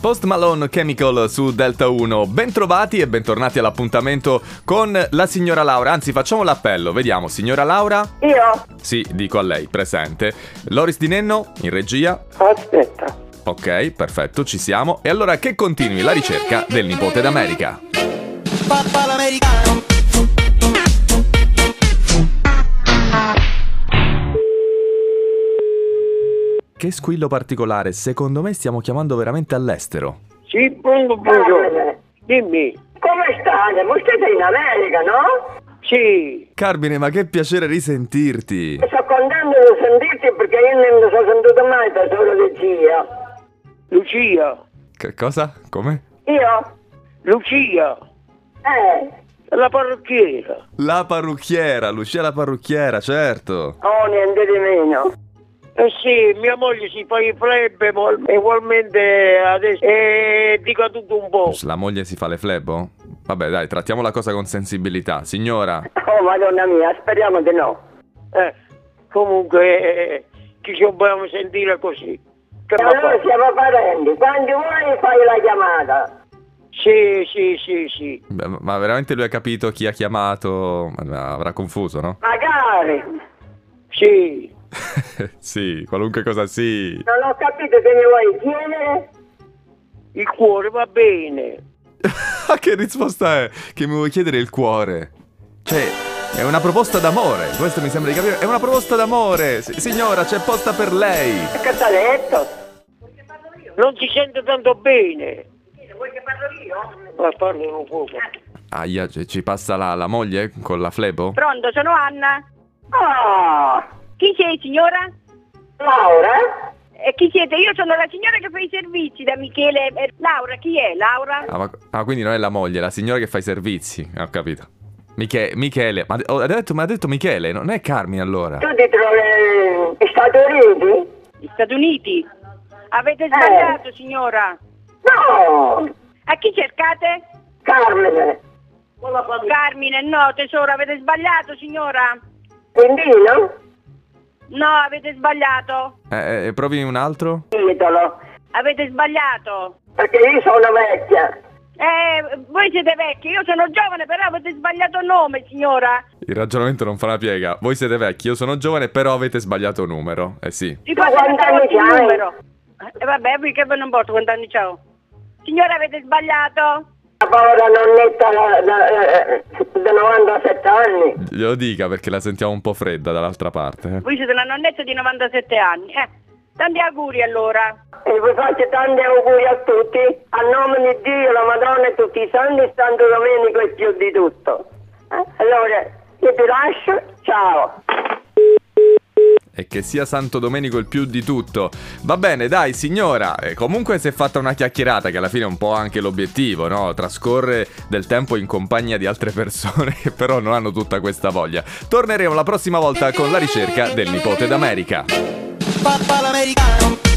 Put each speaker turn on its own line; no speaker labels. Post Malone Chemical su Delta 1. Bentrovati e bentornati all'appuntamento con la signora Laura. Anzi, facciamo l'appello, vediamo. Signora Laura?
Io,
Sì, dico a lei, presente. Loris Di Nenno in regia.
aspetta,
Ok, perfetto, ci siamo. E allora che continui la ricerca del nipote d'America.
Papà l'americano.
Che squillo particolare, secondo me stiamo chiamando veramente all'estero.
Sì, buongiorno, buongiorno. Dimmi.
come state? Voi siete in America, no?
Sì,
Carmine, ma che piacere risentirti.
Sto contento di sentirti perché io non mi sono sentito mai da solo di zia.
Lucia,
Che cosa? Come?
Io?
Lucia,
Eh,
la parrucchiera.
La parrucchiera, Lucia la parrucchiera, certo.
oh, niente di meno.
Eh sì, mia moglie si fa i flebbe, ma ugualmente adesso eh, dico tutto un po'.
La moglie si fa le flebo? Vabbè, dai, trattiamo la cosa con sensibilità. Signora,
Oh, madonna mia, speriamo di no.
Eh, comunque eh, ci dobbiamo sentire così. Che
E
ma
allora
fa?
siamo parenti, quando vuoi fai la chiamata.
Sì, sì, sì, sì.
beh, ma veramente lui ha capito chi ha chiamato? Ma Avrà confuso, no?
Magari.
Sì.
sì, qualunque cosa sì.
Non ho capito che mi vuoi chiedere.
Il cuore va bene.
Ah, che risposta è? Che mi vuoi chiedere il cuore? Cioè, è una proposta d'amore, questo mi sembra di capire. È una proposta d'amore. S- signora, c'è posta per lei.
E Che ti ha detto?
Non si sente tanto bene.
Vuoi che parlo io?
Ma parlo un poco.
Ah,
Aia, c- ci passa la, la moglie con la flebo?
Pronto, sono Anna.
Ah,
Chi sei signora?
Laura?
Eh, chi siete? Io sono la signora che fa i servizi da Michele. eh, Laura, chi è Laura?
Ah, ma- ah, quindi non è la moglie, è la signora che fa i servizi. Ah, Ho capito. Miche- Michele, ma oh, ha detto, ma ha detto Michele, non è Carmine allora.
Tu ti trovi in Stati Uniti?
Gli Stati Uniti.
Eh.
Avete sbagliato signora.
No!
A chi cercate?
Carmine,
Con la famiglia.
Carmine, no tesoro, avete sbagliato signora.
Quindino?
No, avete sbagliato.
Eh, eh, provi un altro?
Titolo,
Avete sbagliato.
perché io sono vecchia.
Eh, voi siete vecchi, io sono giovane, però avete sbagliato nome signora.
Il ragionamento non fa una piega. Voi siete vecchi, io sono giovane, però avete sbagliato numero. Eh sì.
Di
Ma
cosa
quanti
pensavo
anni
il
c'hai?
numero? Eh, vabbè, perché non porto quanti anni c'ho. Signora, avete sbagliato.
La povera nonnetta da, da, eh, da 97 anni.
Glielo dica perché la sentiamo un po' fredda dall'altra parte. eh.
Voi siete una nonnetta di 97 anni. Eh, tanti auguri allora.
E vi faccio tanti auguri a tutti, a nome di Dio, la Madonna e tutti i santi, Santo Domenico e più di tutto. Eh? Allora, io ti lascio, ciao.
E che sia Santo Domenico il più di tutto. Va bene, dai, signora. eh, comunque si è fatta una chiacchierata, che alla fine è un po' anche l'obiettivo, no? Trascorre del tempo in compagnia di altre persone che però non hanno tutta questa voglia. Torneremo la prossima volta con la ricerca del nipote d'America.
Papà l'americano.